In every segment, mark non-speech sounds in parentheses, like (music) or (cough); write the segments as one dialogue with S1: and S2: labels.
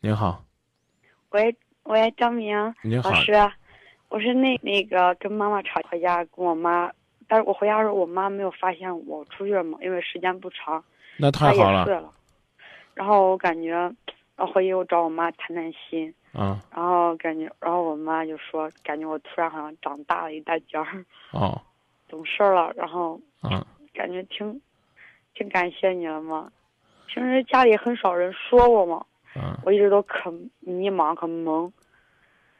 S1: 您好，
S2: 喂喂，张明
S1: 您好
S2: 啊老，师，我是那那个跟妈妈吵回家，跟我妈，但是我回家的时候我妈没有发现我出去了嘛，因为时间不长，
S1: 那
S2: 她
S1: 太
S2: 也
S1: 好
S2: 睡
S1: 了
S2: 了。然后我感觉，然后回去我找我妈谈谈心，
S1: 啊！
S2: 然后感觉，然后我妈就说，感觉我突然好像长大了一大截儿，
S1: 哦，
S2: 懂事儿了，然后
S1: 啊，
S2: 感觉挺，挺感谢你了嘛。平时家里很少人说我嘛，
S1: 啊，
S2: 我一直都可迷茫，可懵。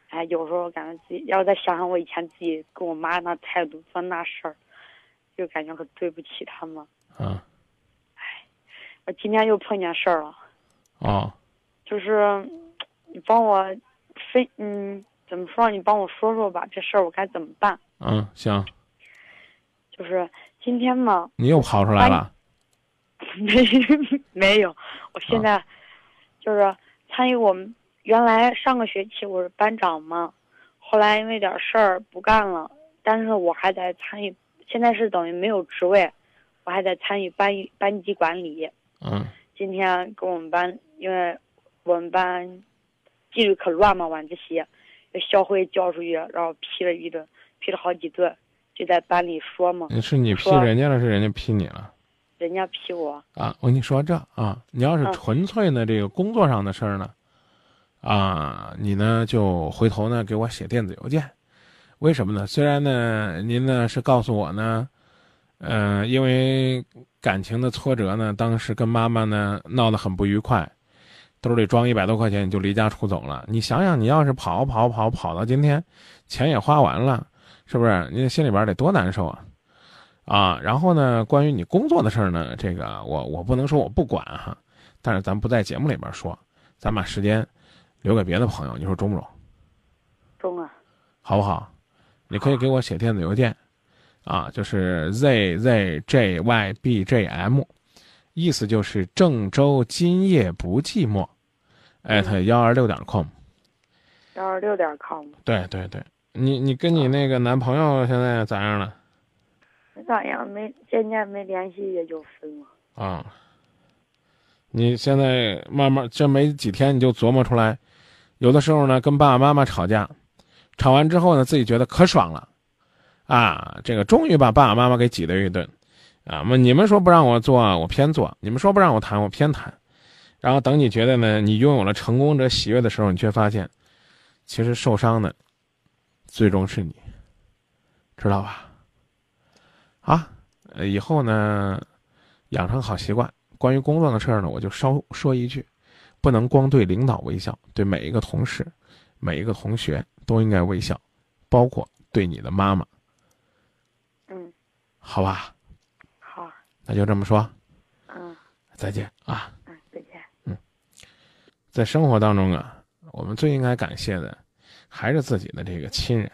S2: 哎，有时候感觉自己，要是再想想我以前自己跟我妈那态度做那事儿，就感觉可对不起他们。
S1: 啊，
S2: 我今天又碰见事儿了，
S1: 哦，
S2: 就是嗯你帮我分，嗯，怎么说？你帮我说说吧，这事儿我该怎么办？
S1: 嗯，行，
S2: 就是今天嘛，
S1: 你又跑出来了，
S2: 没 (laughs) 没有，我现在就是参与我们原来上个学期我是班长嘛，后来因为点事儿不干了，但是我还在参与，现在是等于没有职位，我还在参与班班级管理。
S1: 嗯，
S2: 今天跟我们班，因为我们班纪律可乱嘛，晚自习，校徽叫出去，然后批了一顿，批了好几顿，就在班里说嘛，
S1: 嗯是你批
S2: 说
S1: 人家了，是人家批你了
S2: 人家批我，
S1: 啊？我跟你说这啊，你要是
S2: 嗯
S1: 纯粹的这个工作上的事儿呢，啊，你呢就回头呢给我写电子邮件，为什么呢？虽然呢您呢是告诉我呢，呃，因为感情的挫折呢，当时跟妈妈呢闹得很不愉快，兜里装一百多块钱你就离家出走了。你想想，你要是跑跑跑跑到今天，钱也花完了，是不是？你心里边得多难受啊！啊，然后呢，关于你工作的事儿呢，这个啊我我不能说我不管哈，但是咱不在节目里边说，咱把时间留给别的朋友，你说中不中？
S2: 中啊，
S1: 好不好？你可以给我写电子邮件，啊，就是 z z j y b j m，意思就是郑州今夜不寂寞，艾特幺二六点 com。
S2: 幺二六点 com。
S1: 对对对，你你跟你那个男朋友现在咋样了？
S2: 没咋样，没渐渐没联系也就分了。
S1: 啊，你现在慢慢这没几天你就琢磨出来，有的时候呢跟爸爸妈妈吵架，吵完之后呢自己觉得可爽了，啊，这个终于把爸爸妈妈给挤兑一顿，啊，那你们说不让我做我偏做，你们说不让我谈我偏谈，然后等你觉得呢你拥有了成功者喜悦的时候，你却发现，其实受伤的最终是你，知道吧？啊，呃以后呢养成好习惯。关于工作的事儿呢，我就稍说一句，不能光对领导微笑，对每一个同事、每一个同学都应该微笑，包括对你的妈妈，
S2: 嗯，
S1: 好吧？
S2: 好，
S1: 那就这么说，
S2: 嗯
S1: 再见啊！
S2: 嗯，再见。
S1: 在生活当中啊，我们最应该感谢的还是自己的这个亲人，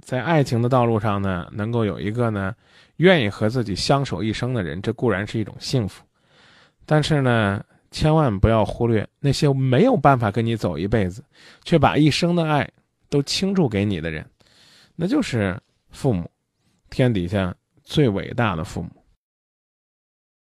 S1: 在爱情的道路上呢，能够有一个呢愿意和自己相守一生的人，这固然是一种幸福，但是呢，千万不要忽略那些没有办法跟你走一辈子，却把一生的爱都倾注给你的人，那就是父母，天底下最伟大的父母。